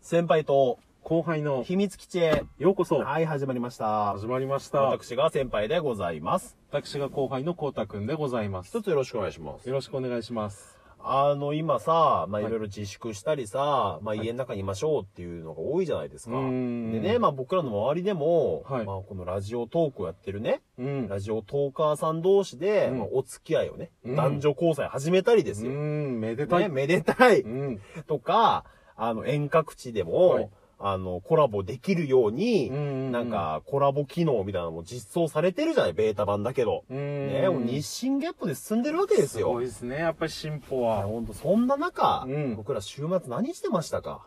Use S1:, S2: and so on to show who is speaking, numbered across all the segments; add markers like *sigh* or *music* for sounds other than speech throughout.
S1: 先輩と
S2: 後輩の
S1: 秘密基地へ。
S2: ようこそ
S1: はい、始まりました。
S2: 始まりました。
S1: 私が先輩でございます。
S2: 私が後輩のこうたくんでございます。
S1: 一つよろしくお願いします。
S2: よろしくお願いします。
S1: あの、今さ、まあ、
S2: い
S1: いろいろ自粛したりさ、まあ、
S2: い
S1: 家の中にいましょうっていうのが多いじゃないですか。
S2: う
S1: で
S2: ん
S1: ね、まあ、僕らの周りでも、
S2: はい
S1: まあ、このラジオトークをやってるね、
S2: うん。
S1: ラジオトーカーさん同士で、
S2: うん
S1: まあ、お付き合いをね、
S2: うん
S1: 男女交際始めたりで
S2: う
S1: すよ。
S2: ん、めでた
S1: ね、
S2: い。
S1: めでたい
S2: うん。
S1: とか、あの、遠隔地でも、
S2: はい
S1: あの、コラボできるように、
S2: うん
S1: なん、か、コラボ機能みたいなのも実装されてるじゃないベータ版だけど。
S2: うん。
S1: ね、もう日進月歩で進んでるわけです
S2: すご
S1: よ。
S2: いですね、やっぱり進歩
S1: あ
S2: は。
S1: ほんと、そんな中、
S2: うん
S1: 僕ら週末何してましたか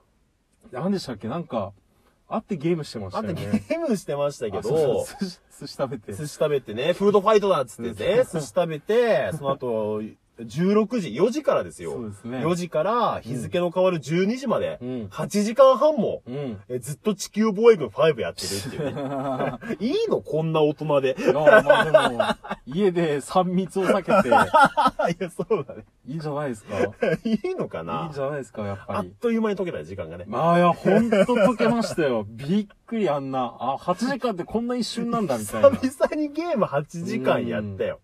S2: 何でしたっけなんか、会ってゲームしてまし
S1: あ
S2: た
S1: ん
S2: よ
S1: たゲ
S2: ね。
S1: ームしてましたけ
S2: あそう
S1: ど、
S2: そう寿司寿司食べて。
S1: 寿司食べてね、フードファイトだっつってね、寿司食べて、その後、16時、4時からですよ。
S2: そうですね
S1: 4時から日付の変わる12時まで、
S2: うん
S1: 8時間半も、
S2: *laughs* うん。
S1: えずっと地球防衛軍5やってるって
S2: *laughs*
S1: いうね。いいのこんな大人で。
S2: いやまあでも、家で3密を避けて、
S1: いや、そうだね。
S2: いいんじゃないですかいい
S1: いいのかなん
S2: じゃないですか、やっ
S1: あ
S2: ぱ
S1: っ
S2: り。
S1: という間に解けた時間がね。
S2: まあいや、ほんと溶けましたよ。 *laughs* びっくり、あんな。あ、8時間ってこんな一瞬なんだ、み
S1: 久
S2: たいな。
S1: 々にゲーム8時間やったよ。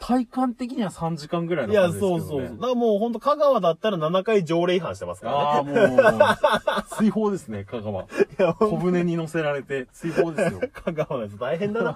S2: 体感的には3時間ぐらい
S1: い
S2: の
S1: や、
S2: 感じですけ
S1: そ
S2: ど、
S1: う
S2: ね。
S1: そうそう。だからもうほんと香川だったら7回条例違反してますから
S2: ああ、もう、追放ですね、香川。
S1: ね。いや、ほん
S2: 小舟に乗せられて、追放ですよ。
S1: 香川のやつ大変だ
S2: *laughs*
S1: な。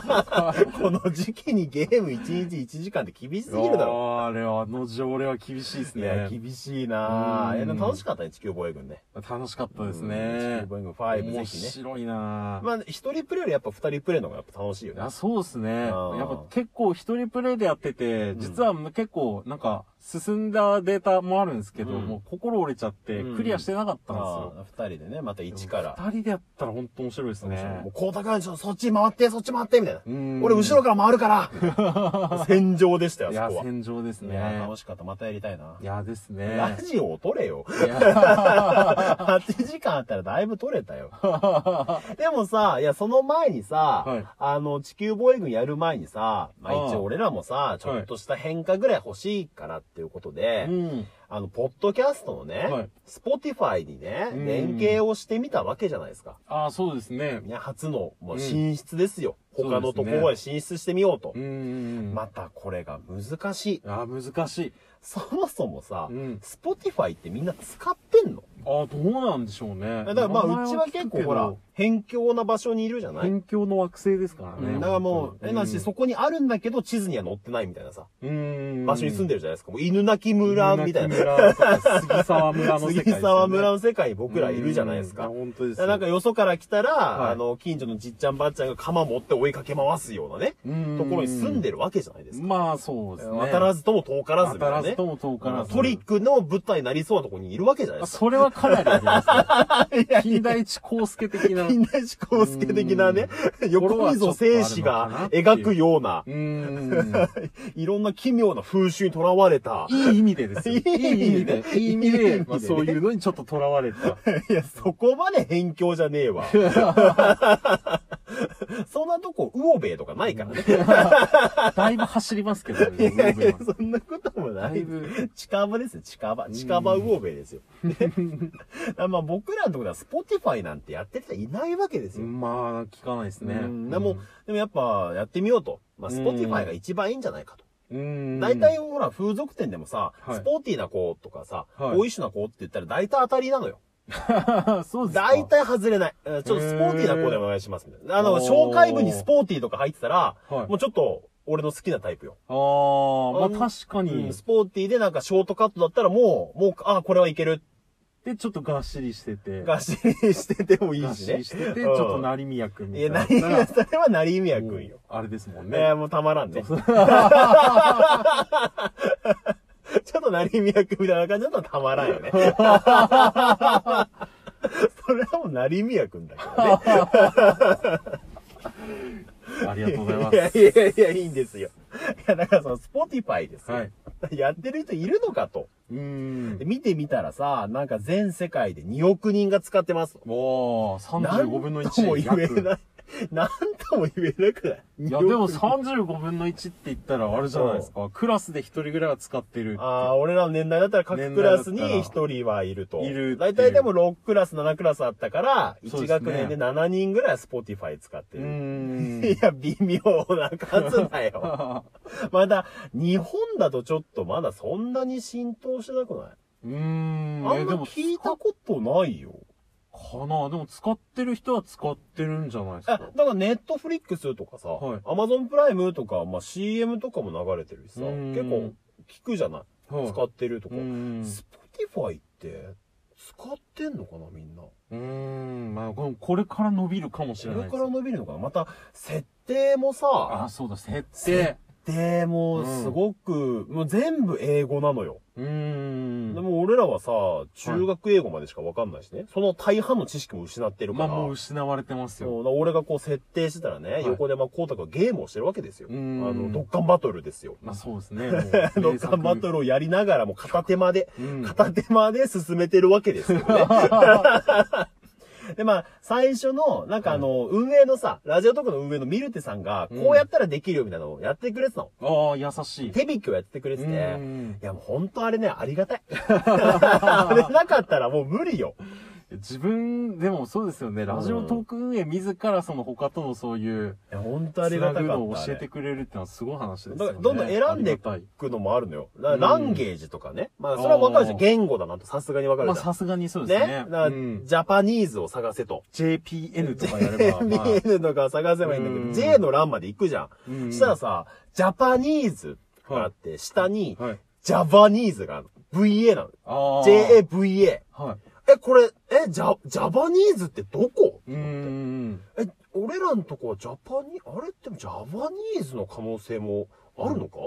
S1: この時期にゲーム1日1時間って厳しすぎるだろ。
S2: あーあれは、あの条例は厳しいです
S1: いや、
S2: ね。
S1: 厳しいなぁ。
S2: うん
S1: いやでも楽しかったね、地球防衛軍ね。
S2: 楽しかったです
S1: うん地
S2: ね
S1: 球。防衛軍5、ぜ
S2: 面
S1: ひね。
S2: 白いなぁ。
S1: まあ、一人プレイよりやっぱ二人プレイの方がやっぱ楽しいよ
S2: い
S1: ね
S2: や、。そうですね。やっ
S1: うん
S2: ぱ結構一人プレイでやってて、
S1: ん
S2: 実は結構なんか進んだデータもあるんですけど、
S1: うん
S2: もう心折れちゃって
S1: うん
S2: クリアしてなかったんですよ。
S1: ああ二人でね、また一から。
S2: 二人でやったら本当面白いですね
S1: もう。光沢ちょっとそっち回って、そっち回って、みたいな。
S2: うん
S1: 俺後ろから回る
S2: *laughs*
S1: から。戦場でしたよ、
S2: い
S1: あ
S2: や
S1: そこ、は。
S2: 戦場です
S1: いや、
S2: ね
S1: 楽。しかった。またやりたいな。
S2: いや、ですね。
S1: ラジオを撮
S2: *laughs*
S1: れよ。
S2: いや
S1: 8時間あったらだいぶ撮れ
S2: *laughs*
S1: たよ。でもさ、いや、その前にさ、
S2: はい
S1: あの、地球防衛軍やる前にさ、まあ
S2: ああ
S1: 一応俺らもさ、ちょっとした変化ぐらい欲しいからっていうことで、
S2: うん。
S1: あの、ポッドキャストの
S2: は
S1: ね
S2: い、
S1: スポティファイにね、
S2: うん
S1: 連携をしてみたわけじゃないですか。
S2: ああ、そうですね。
S1: ね、初の、まあ、
S2: うん
S1: 進出ですよ。
S2: そうですね
S1: 他のところへ進出してみようと。
S2: うん。
S1: またこれが難しい。 *laughs*
S2: ああ、難しい。
S1: そもそもさ、
S2: うん
S1: スポティファイってみんな使ってんの
S2: ああ、どうなんでしょうね。
S1: だからま
S2: 名
S1: あ、
S2: 前
S1: うちは
S2: 聞くけ
S1: 結
S2: ど
S1: 構ほら、辺境な場所にいるじゃない、
S2: 辺境の惑星ですから
S1: う
S2: ね。
S1: んだからも
S2: 本
S1: う、
S2: 当
S1: え
S2: に
S1: なし、そこにあるんだけど地図には載ってないみたいなさ、
S2: うん。
S1: 場所に住ん
S2: で
S1: でるじゃないですか。もう犬鳴村みたいな。
S2: 村とか杉沢村の世界ですよね、
S1: 杉沢村の世界に僕らいるじゃないですか
S2: うん。本当で
S1: だ
S2: す
S1: か
S2: よ。
S1: らなんかよそから来たら、
S2: はい
S1: あの、近所のじっちゃんばっちゃんが鎌持って追いかけ回すようなね、
S2: うん
S1: ところに住んでるわけじゃないですか。
S2: まあ、そうですね。
S1: 当たらずとも遠からずみたいな
S2: 当たら
S1: ね
S2: ず。とも遠からず。
S1: トリックの舞台になりそうなところにいるわけじゃない
S2: あ
S1: ですか。
S2: それはかなりあ
S1: *laughs*
S2: りますね。近代一光介的な。
S1: 金田一耕助的なね、横溝静止が描くような、
S2: うーん。
S1: いろんな奇妙な風習にとらわれた。
S2: いい意味でですよ。
S1: いい意味で
S2: いい意
S1: いい意味
S2: 味
S1: でね
S2: で、まあそういうのにちょっと囚わ
S1: *laughs*
S2: れた。
S1: いや、そこまで辺境じゃねえ
S2: *laughs*
S1: わ。そんなとこ、ウオベイとかないからね。
S2: だいぶ走りますけど
S1: い
S2: ね。
S1: やいや、
S2: 僕は
S1: そんなこともな
S2: だ
S1: い
S2: い。ぶ。
S1: 近場ですよ、近場。近場ウオベイ
S2: *laughs*
S1: ですよ。 *laughs* ねまあ僕らのところではスポティファイなんてやってる人いないわけですよ。
S2: まあ、聞かないですね。
S1: うんでも、でもやっぱやってみようと。まあ、スポティファイが一番いいんじゃないかと。
S2: うん、
S1: 大体ほら、風俗店でもさ、
S2: はい
S1: スポーティーな子とかさ、
S2: はい
S1: ボーイッシュな子って言ったら大体当たりなのよ。
S2: *laughs* そうですか。
S1: 大体外れない。えーちょっとスポーティーな子でお願いしますみたいな。あの、
S2: おー
S1: 紹介部にスポーティーとか入ってたら、
S2: はい
S1: もうちょっと、俺の好きなタイプよ。
S2: あ
S1: あ
S2: あ、
S1: の
S2: まあ確かに
S1: うん。スポーティーでなんかショートカットだったらもう、もう、あ、これはいける。
S2: で、ちょっとがっしりしてて。
S1: がっしりしててもい
S2: が
S1: い
S2: っ
S1: し
S2: しり
S1: ね。
S2: してて、ち
S1: う
S2: ょ
S1: ん
S2: っと成宮君み
S1: い
S2: た
S1: や、
S2: いな。
S1: 成宮、それは成宮くんよ。
S2: あれですもん
S1: ねえ
S2: ね。
S1: もうたまらんね。 *laughs* ち
S2: そ
S1: ょっ
S2: う
S1: と成宮くんみたいな感じだとたまらんよ
S2: *laughs*
S1: ね。それはもう成宮くんだけどね。
S2: ありがとうございま
S1: いや
S2: す。
S1: いやいや、いいんですよ。いや、だからその、スポティファイですよ。
S2: はい。
S1: やってる人いるのかと。
S2: うーん
S1: で。見てみたらさ、なんか全世界で2億人が使ってます。
S2: おー、35分の1。
S1: なんとも言えない
S2: 約。
S1: なんとも言えなくない
S2: いや、でも35分の1って言ったらあれじゃないですか。クラスで一人ぐらいは使ってる。
S1: ああ、俺らの年代だったら各クラスに1人はいると。
S2: 年代だ
S1: 大
S2: ったらいるっていう
S1: 体でも6クラス、7クラスあったから、
S2: そ
S1: 1
S2: うですね
S1: 学年で7人ぐらい Spotify 使って
S2: うー
S1: る。
S2: ん。
S1: いや、微妙な数だよ。まだ、日本だとちょっとまだそんなに浸透してなくないう
S2: ーん。
S1: あ
S2: え、
S1: ん
S2: で
S1: ま
S2: も、
S1: 聞いたことないよ。
S2: かなでも使ってる人は使ってるんじゃないです
S1: え、だ
S2: か
S1: か。らネットフリックスとかさ、
S2: はい
S1: アマゾンプライムとか、まあ、CM とかも流れてるしさ、
S2: うん
S1: 結構聞くじゃない、
S2: はい
S1: 使ってるとか。
S2: うーん。
S1: スポティファイって使ってんのかなみんな。
S2: うーん。まあ、これこれから伸びるかもし
S1: そ
S2: れ
S1: れ
S2: ないです
S1: から伸びるのかなまた、設定もさ
S2: あ、、そうだ、設
S1: 設
S2: 定。
S1: 定もすごく、もう全部英語なのよ。
S2: うーん。
S1: でも俺らはさ、中学英語までしかわかんないしね、その大半の知識も失ってるか
S2: まあ、
S1: ら。
S2: もう失われてます
S1: そう
S2: よ。
S1: だから俺がこう設定してたらね、
S2: い
S1: 横でまあ光太がゲームをしてるわけですよ。あ
S2: うん
S1: の、ドッカンバトルですよ。
S2: まあ、そうで
S1: *laughs*
S2: すね。
S1: ドッカンバト
S2: ル。
S1: ルをやりながらも片手間で、
S2: うん
S1: 片手間で進めてるわけですよね。 *laughs* で、まあ、最初の、なんかあの、運営のさ、ラジオトークの運営のミルテさんが、
S2: うん
S1: こうやったらできるよみたいなのをやってくれてたの。
S2: ああ、優しい。
S1: 手引きをやってくれてて。
S2: うん
S1: いや、もうほんとあれね、あり
S2: *laughs*
S1: がたい。あれなかったらもう無理よ。
S2: 自分、でもそうですよね。ラジオトーク運営自らその他とのそういう、
S1: いや、ほんとあ
S2: つ
S1: り
S2: な
S1: がた
S2: ぐ
S1: か
S2: のを
S1: った。
S2: 教えて
S1: く
S2: くれるってのはすごい話です
S1: だ
S2: よ
S1: か
S2: ね。
S1: らどんどん選んで
S2: あり
S1: い
S2: がたい
S1: くのもあるのよ。だから
S2: うん
S1: ランゲージとかね。まあ、それはわかるじゃん。
S2: あー
S1: 言語だなとさすがにわか
S2: ま
S1: る
S2: あ
S1: じゃん。
S2: さすがにそうで
S1: ね
S2: すね。
S1: だから
S2: う
S1: ジ
S2: ん
S1: ャパニーズを探せと。
S2: JPN とかや *laughs* れば、まあ
S1: BN とか探せばいいんだけ
S2: うん
S1: ど、J の欄まで行くじゃん。
S2: うん
S1: したらさ、ジャパニーズがあって、下に、
S2: はい。
S1: ジャバニーズがあるの。VA なの。
S2: ああ。
S1: JAVA。
S2: はい。
S1: え、これ、え、ジャ、ジャバニーズってどこ
S2: うーん。
S1: え、俺らのとこはジャパニあれってジャバニーズの可能性もあるのか、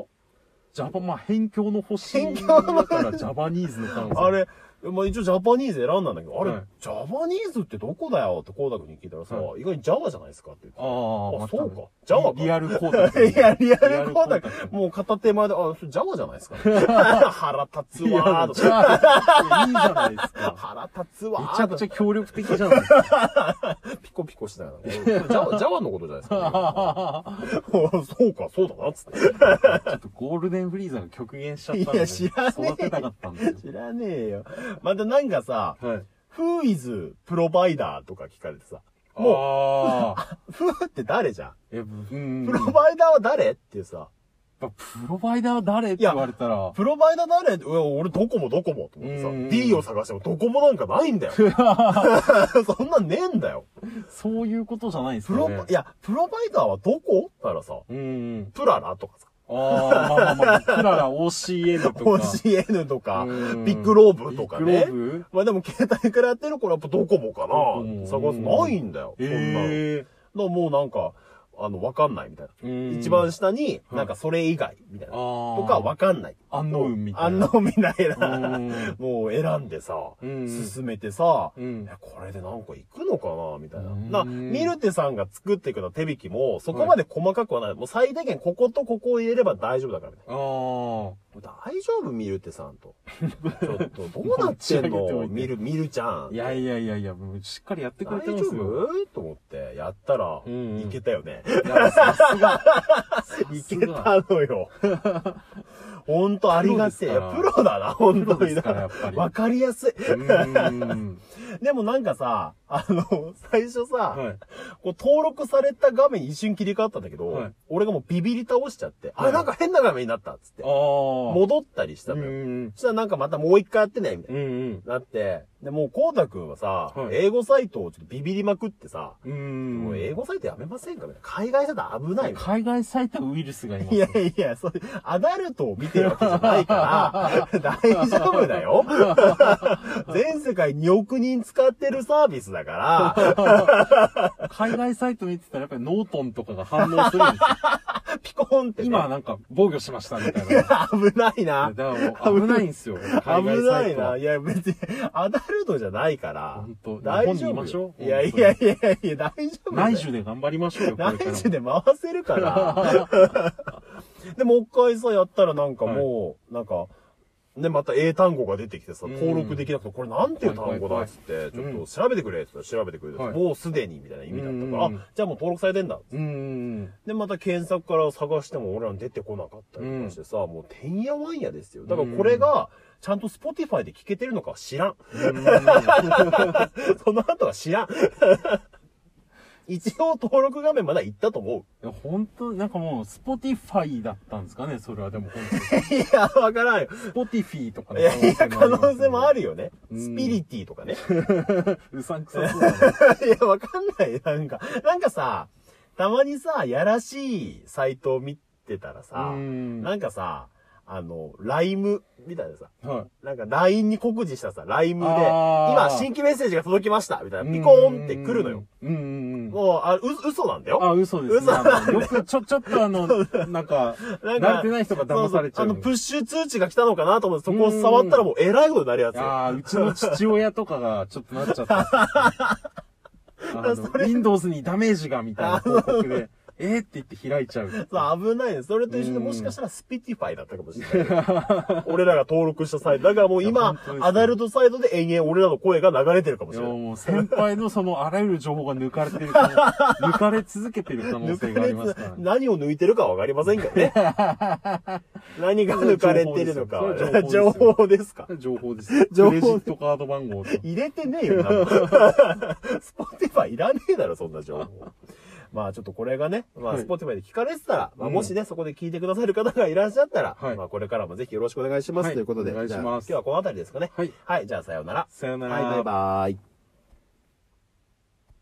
S2: ジャパン、まあ、辺境の星。
S1: 辺境の
S2: だから、ジャパニーズの可能性
S1: あれ、まあ、一応ジャパニーズ選んだんだけど、あれ、
S2: はい
S1: ジャバニーズってどこだよって光田君に聞いたらさ、
S2: は
S1: 意外にジャワじゃないですかって言って。
S2: ああ、
S1: あ
S2: また
S1: そうかジャワか
S2: リアルコー
S1: *laughs* いや、リアルコー
S2: 光
S1: ダ
S2: 太
S1: 君
S2: 君
S1: もう片手間で、あ、それジャワじゃないですか、 *laughs* 腹立つ
S2: いや
S1: わーと
S2: じゃあ、いいじゃないですか。
S1: 腹立つわ
S2: め
S1: ー
S2: ちゃくちゃ協力的じゃないです
S1: *laughs*
S2: か。
S1: ピコピコしてながら、ね、ジャ *laughs* ワ、ジャワのことじゃないですか、ね。そうか、そうだな、つって。
S2: ちょっとゴールデンフリーザが極限しちゃったんで。
S1: いや知らねえ
S2: 育てたかったんです
S1: 知
S2: よ。
S1: らねえよ。またなんかさ、
S2: はい。
S1: Who is provider とか聞かれてさ、も
S2: もう、
S1: う、Who って誰じゃん
S2: *laughs* え、うん。
S1: プロバイダーは誰っていうさ、
S2: やっぱプロバイダーは誰って言われたら、
S1: プロバイダー誰うわ俺ドコモドコモと思
S2: う
S1: って
S2: ん
S1: さ、D を探してもドコモなんかないん *laughs* だよ。そんなんねえんだよ。
S2: そういうことじゃないです
S1: プ
S2: か
S1: ロ、
S2: ね
S1: い。や、プロバイダーはどこだからさ、
S2: うん。
S1: プララとかさ、
S2: ああ、まあまあまあ、クララ OCN
S1: *laughs*
S2: とか。
S1: OCN とか
S2: うん、
S1: ビッグローブとか
S2: ビッ
S1: ね
S2: グローブ。
S1: まあでも携帯からやってる頃はやっぱドコモか
S2: コモ
S1: な探すないんだよ。そんなの。だか
S2: え
S1: らもうなんか、あの、わかんないみたいな。
S2: えー。
S1: 一番下に、なんかそれ以外みたいな。
S2: あー
S1: とかわかんない。
S2: アンノウンみたいな
S1: 安納みたいうな。
S2: ん
S1: もう選んでさ、
S2: うん
S1: 進めてさ、
S2: うん
S1: えこれでなんか行くのかなみたいな。
S2: うん
S1: な、ミルテさんが作っていくの手引きも、そこまで細かくはない。もう最低限こことここを入れれば大丈夫だからね。
S2: ああ。
S1: 大丈夫ミルテさん
S2: *laughs*
S1: と。ちょっと、どうなってん
S2: 持ち上げてお
S1: の
S2: いて
S1: ミル、ミルちゃん。
S2: いやいやいやいや、もうしっかりやって
S1: 大
S2: くれて
S1: 丈
S2: ますよ。
S1: 夫と思って、やったら、
S2: うんうん
S1: いけたよね。
S2: いやさすが。
S1: いけたの *laughs* よ。ほんとありがてえ。いや
S2: プロですから
S1: プロだな、ほんと
S2: プロ
S1: に
S2: ですからやっぱり
S1: わかりやすい。
S2: うーん。
S1: でもなんかさ、あの、最初さ、
S2: はい。
S1: こう登録された画面一瞬切り替わったんだけど、
S2: はい
S1: 俺がもうビビり倒しちゃって、
S2: は
S1: あ、
S2: い
S1: なんか変な画面になったっつって
S2: あ、あ。
S1: 戻ったりした
S2: う
S1: のよ。
S2: ん。
S1: そしたらなんかまたもう一回やってね、みたい
S2: うんうん。
S1: な。なって、で、もう光太くんはさ、
S2: はい
S1: 英語サイトをちょっとビビりまくってさ、
S2: うん。
S1: もう英語サイトやめませんかみたいな。海外サイト危ないみたいな。
S2: 海外サイトはウイルスがいます。
S1: いやいや、そういう、アダルトを見てるわけじゃないから、 *laughs* 大丈夫だ *laughs* よ。全世界2億人使ってるサービスだから、 *laughs*
S2: 海外サイト見てたらやっぱりノートンとかが反
S1: *laughs*
S2: 応するんですよ。
S1: ピコンって、ね。
S2: 今なんか防御しましたみたいな。
S1: 危ないな
S2: だ。からもう危ないんですよ。海
S1: 危
S2: 外
S1: な
S2: サ
S1: い
S2: イト
S1: な。
S2: は。
S1: いや、別に、アダルトじゃないから
S2: 本当。
S1: 大
S2: 日本に
S1: 丈
S2: いましょ
S1: 夫。
S2: う
S1: いやいやいやいや、大丈夫だよ。
S2: 内需で頑張りましょうよ、これ
S1: 内
S2: からも。
S1: 需で回せる
S2: *laughs*
S1: から。で、もう一回さ、やったらなんかもう、なんか、で、また英単語が出てきてさ、
S2: うん
S1: 登録できなくて、これなんていう単語だっつって、ち
S2: 怖い怖
S1: ょ
S2: い
S1: っと調べてくれって言ったら調べてくれて、
S2: はい
S1: もうすでにみたいな意味だったから、
S2: うん
S1: あ、じゃあもう登録されてんだ。
S2: うん。
S1: で、また検索から探しても俺らに出てこなかったりとかしてさ、もうてんやわんやですよ。だからこれが、ちゃんと Spotify で聴けてるのかは知らん。 *laughs* その後は
S2: *laughs*
S1: 知らん。一応登録画面まだ行ったと思う。
S2: いや本当なんかもう、スポティファイだったんですかね、それは。でも、
S1: いや、わからんよ。
S2: スポティフィーとか
S1: いや、いや、可能性もあ
S2: る。
S1: るよね。
S2: うん
S1: スピリティとかね。 *laughs*
S2: うさんくさそうだな。
S1: いや、わかんない。なんか、なんかさ、たまにさ、やらしいサイトを見てたらさ、
S2: うん
S1: なんかさ、あの、ライムみたいなさ、
S2: はい。
S1: なんか LINE に告示したさ、LINE で、
S2: あー
S1: 今、新規メッセージが届きましたみたいな、ピコーンって来るのよ。。
S2: うんうんうん。
S1: もう、あ、う、嘘なんだよ。
S2: あ、嘘です、ね。
S1: 嘘
S2: あのよく、ちょ、ちょっとあの、なんか、
S1: *laughs* なん
S2: 慣れてない人が騙されち
S1: そそ
S2: ゃう
S1: あの、プッシュ通知が来たのかなと思って、そこを触ったらもうえらいことになるやつよ。
S2: ああ、うちの父親とかがちょっとなっ
S1: *laughs*
S2: ちゃったんですよ。あ
S1: そ
S2: の、Windows にダメージがみたいな報告で、えーって言って開いちゃう。
S1: そう、危ないね。それと一緒で、
S2: うん
S1: もしかしたらスピティファイだったかもしれない。 *laughs* 俺らが登録したサイト。だからもう
S2: いや
S1: 今
S2: 本当です、ね
S1: アダルトサイトで延々俺らの声が流れてるかも
S2: い
S1: し
S2: や
S1: れない。
S2: もう先輩のそのあらゆる情報が抜かれてる可
S1: *laughs*
S2: 能、抜かれ続けてる可能性
S1: 抜か
S2: があ
S1: れ
S2: りますから
S1: つ、
S2: ね。
S1: 何を抜いてるかはわかりませんけどね。何が抜かれてるのか
S2: それは
S1: は。
S2: *laughs* 情
S1: *laughs* 情
S2: 報
S1: 報ですか
S2: 情報です。
S1: *laughs* 情報
S2: クレジットカード番号と。
S1: 入れてねえよ、な *laughs* スポティファイいらねえだろ、そんな情報。まあちょっとこれがね、まあ
S2: はい
S1: スポティファイで聞かれてたら、まあ
S2: うん
S1: もしね、そこで聞いてくださる方がいらっしゃったら、
S2: はい
S1: まあこれからもぜひよろしくお願いします、
S2: はい
S1: ということで。
S2: お願いします
S1: じゃあ今日はこの辺りですかね。
S2: はい。
S1: はい、じゃあさようなら。
S2: さよなら。
S1: はい、バイバイ。